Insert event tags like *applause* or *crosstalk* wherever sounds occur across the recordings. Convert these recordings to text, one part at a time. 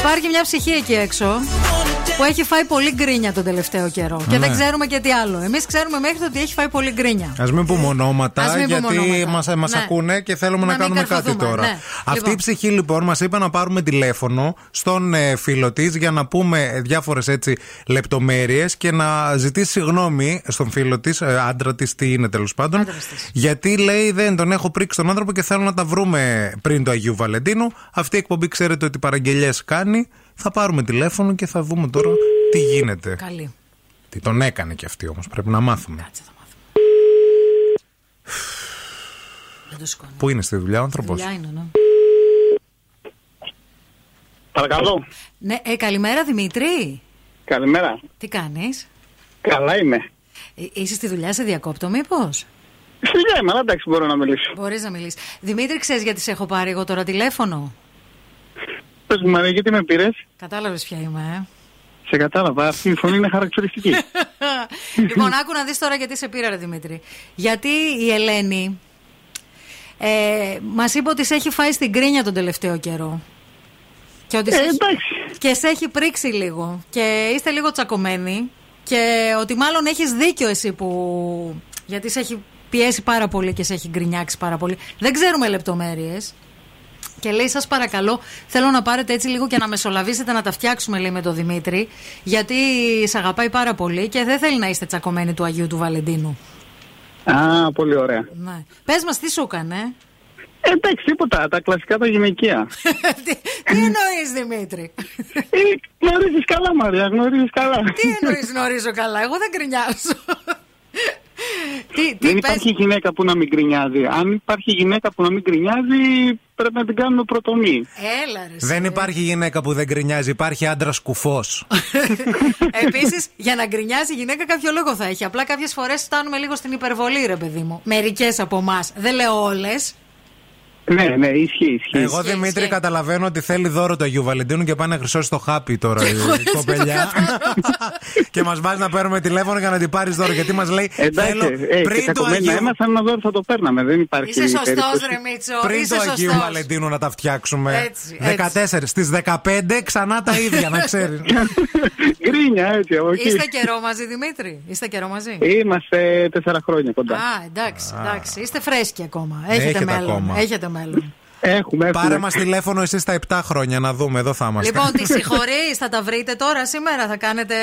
Υπάρχει μια ψυχή εκεί έξω που έχει φάει πολύ γκρίνια τον τελευταίο καιρό. Και δεν ξέρουμε και τι άλλο. Εμείς ξέρουμε μέχρι το ότι έχει φάει πολύ γκρίνια. Ας μην πούμε ονόματα, Ας μην πούμε γιατί ονόματα. μας μας Ναι. ακούνε και θέλουμε να, Να μην κάνουμε κάτι καρφωθούμε, τώρα. ναι. Αυτή Λοιπόν. η ψυχή λοιπόν μας είπε να πάρουμε τηλέφωνο στον ε, φίλο της για να πούμε διάφορες έτσι λεπτομέρειες και να ζητήσει συγγνώμη στον φίλο της, άντρα της, τι είναι τέλος πάντων. Άντρας της. Γιατί λέει δεν τον έχω πρίξει τον άνθρωπο και θέλω να τα βρούμε πριν το Αγίου Βαλεντίνου. Αυτή η εκπομπή ξέρετε ότι παραγγελίε κάνει. Θα πάρουμε τηλέφωνο και θα δούμε τώρα τι γίνεται. Καλή. Τι τον έκανε και αυτή όμως, πρέπει να μάθουμε. Κάτσε θα μάθουμε. *sighs* Δεν το σηκώνω. Πού είναι στη δουλειά ο άνθρωπος. Δουλειά είναι, ναι. Παρακαλώ. Ναι, ε, καλημέρα Δημήτρη. Καλημέρα. Τι κάνεις Καλά είμαι. Ε, Είσαι στη δουλειά, σε διακόπτω μήπως Στη δουλειά είμαι, αλλά εντάξει, μπορώ να μιλήσω. Μπορείς να μιλήσεις Δημήτρη, ξέρεις γιατί σε έχω πάρει εγώ τώρα τηλέφωνο. Πες μου, Μαρία, γιατί με πήρες. Κατάλαβες ποια είμαι, ε. Σε κατάλαβα. Αυτή η φωνή είναι χαρακτηριστική. *laughs* λοιπόν, άκου να δεις τώρα γιατί σε πήρα, ρε Δημήτρη. Γιατί η Ελένη ε, μας είπε ότι σε έχει φάει στην κρίνια τον τελευταίο καιρό. Και ότι ε, σε έχει- εντάξει. και σε έχει πρίξει λίγο και είστε λίγο τσακωμένοι και ότι μάλλον έχεις δίκιο εσύ που... γιατί σε έχει πιέσει πάρα πολύ και σε έχει γκρινιάξει πάρα πολύ. Δεν ξέρουμε λεπτομέρειες. Και λέει, σας παρακαλώ, θέλω να πάρετε έτσι λίγο και να μεσολαβήσετε να τα φτιάξουμε, λέει με τον Δημήτρη, γιατί σε αγαπάει πάρα πολύ και δεν θέλει να είστε τσακωμένοι του Αγίου του Βαλεντίνου. Α, πολύ ωραία. Ναι. Πες μας τι σου έκανε. Ε, εντάξει, τίποτα. Τα κλασικά τα γυναικεία. *laughs* τι, τι εννοείς, Δημήτρη. ε, γνωρίζεις καλά, Μαρία, γνωρίζεις καλά. Τι εννοείς γνωρίζω καλά, εγώ δεν κρινιάζω. τι τι *laughs* Δεν πες, υπάρχει γυναίκα που να μην γκρινιάζει. Αν υπάρχει γυναίκα που να μην γκρινιάζει, πρέπει να την κάνουμε πρωτομή. έλα ρε. Δεν υπάρχει γυναίκα που δεν γκρινιάζει, υπάρχει άντρας κουφός. Επίσης, για να γκρινιάζει η γυναίκα κάποιο λόγο θα έχει. Απλά κάποιες φορές φτάνουμε λίγο στην υπερβολή, ρε παιδί μου. Μερικές από εμάς, δεν λέω όλες. Ναι, ναι, ισχύει, ισχύει. Εγώ Δημήτρη ισχύει. καταλαβαίνω ότι θέλει δώρο του Αγίου Βαλεντίνου και πάει να χρυσώσει το χάπι τώρα η έτσι το κοπελιά. και μας βάζει να παίρνουμε τηλέφωνο για να την πάρεις δώρο. Γιατί μας λέει Εντάξει, θέλω ε, και πριν το κακομένα Αγίου, έμαθα ένα δώρο θα το παίρναμε. Δεν υπάρχει Είσαι σωστός, περίπτωση. ρε Μίτσο. πριν είσαι το Αγίου σωστός. Βαλεντίνου να τα φτιάξουμε. Έτσι, έτσι. 14. Στι 15 ξανά τα ίδια, να ξέρεις. Γκρίνια, έτσι, από εκεί. Είστε καιρό μαζί, Δημήτρη. Είστε καιρό μαζί. Είμαστε τέσσερα χρόνια κοντά. Α, εντάξει, εντάξει. Είστε φρέσκοι ακόμα. Έχετε, Έχετε μέλλον. ακόμα. Έχετε μέλλον. Έχουμε, έχουμε. Πάρε μας τηλέφωνο εσείς τα 7 χρόνια να δούμε, εδώ θα είμαστε. Λοιπόν, τη συγχωρείς, θα τα βρείτε τώρα σήμερα, θα κάνετε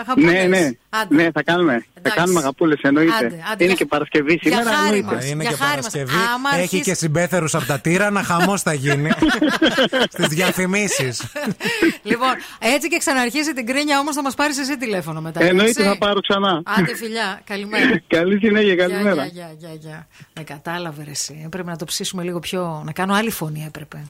αγαπητέ. Ναι, ναι. Άντε. Ναι, θα κάνουμε. Θα Εντάξει. κάνουμε αγαπούλες, εννοείται. Άντε, άντε, Είναι για- και Παρασκευή για σήμερα, χάρη εννοείται. μας. Α, είναι Για και χάρη μας. Παρασκευή. Άμα Έχει αρχίσει- και συμπέθερους από τα τύρα, να χαμός θα *laughs* γίνει. Στις διαφημίσεις. λοιπόν, έτσι και ξαναρχίσει την κρίνια όμως θα μας πάρεις εσύ τηλέφωνο μετά. Εννοείται εντάξει? θα πάρω ξανά. Άντε φιλιά, *laughs* καλημέρα. Καλή συνέχεια, Γεια, καλημέρα. γεια, γεια, γεια. Με κατάλαβε ρε, εσύ. Έπρεπε να το ψήσουμε λίγο πιο. Να κάνω άλλη φωνή έπρεπε.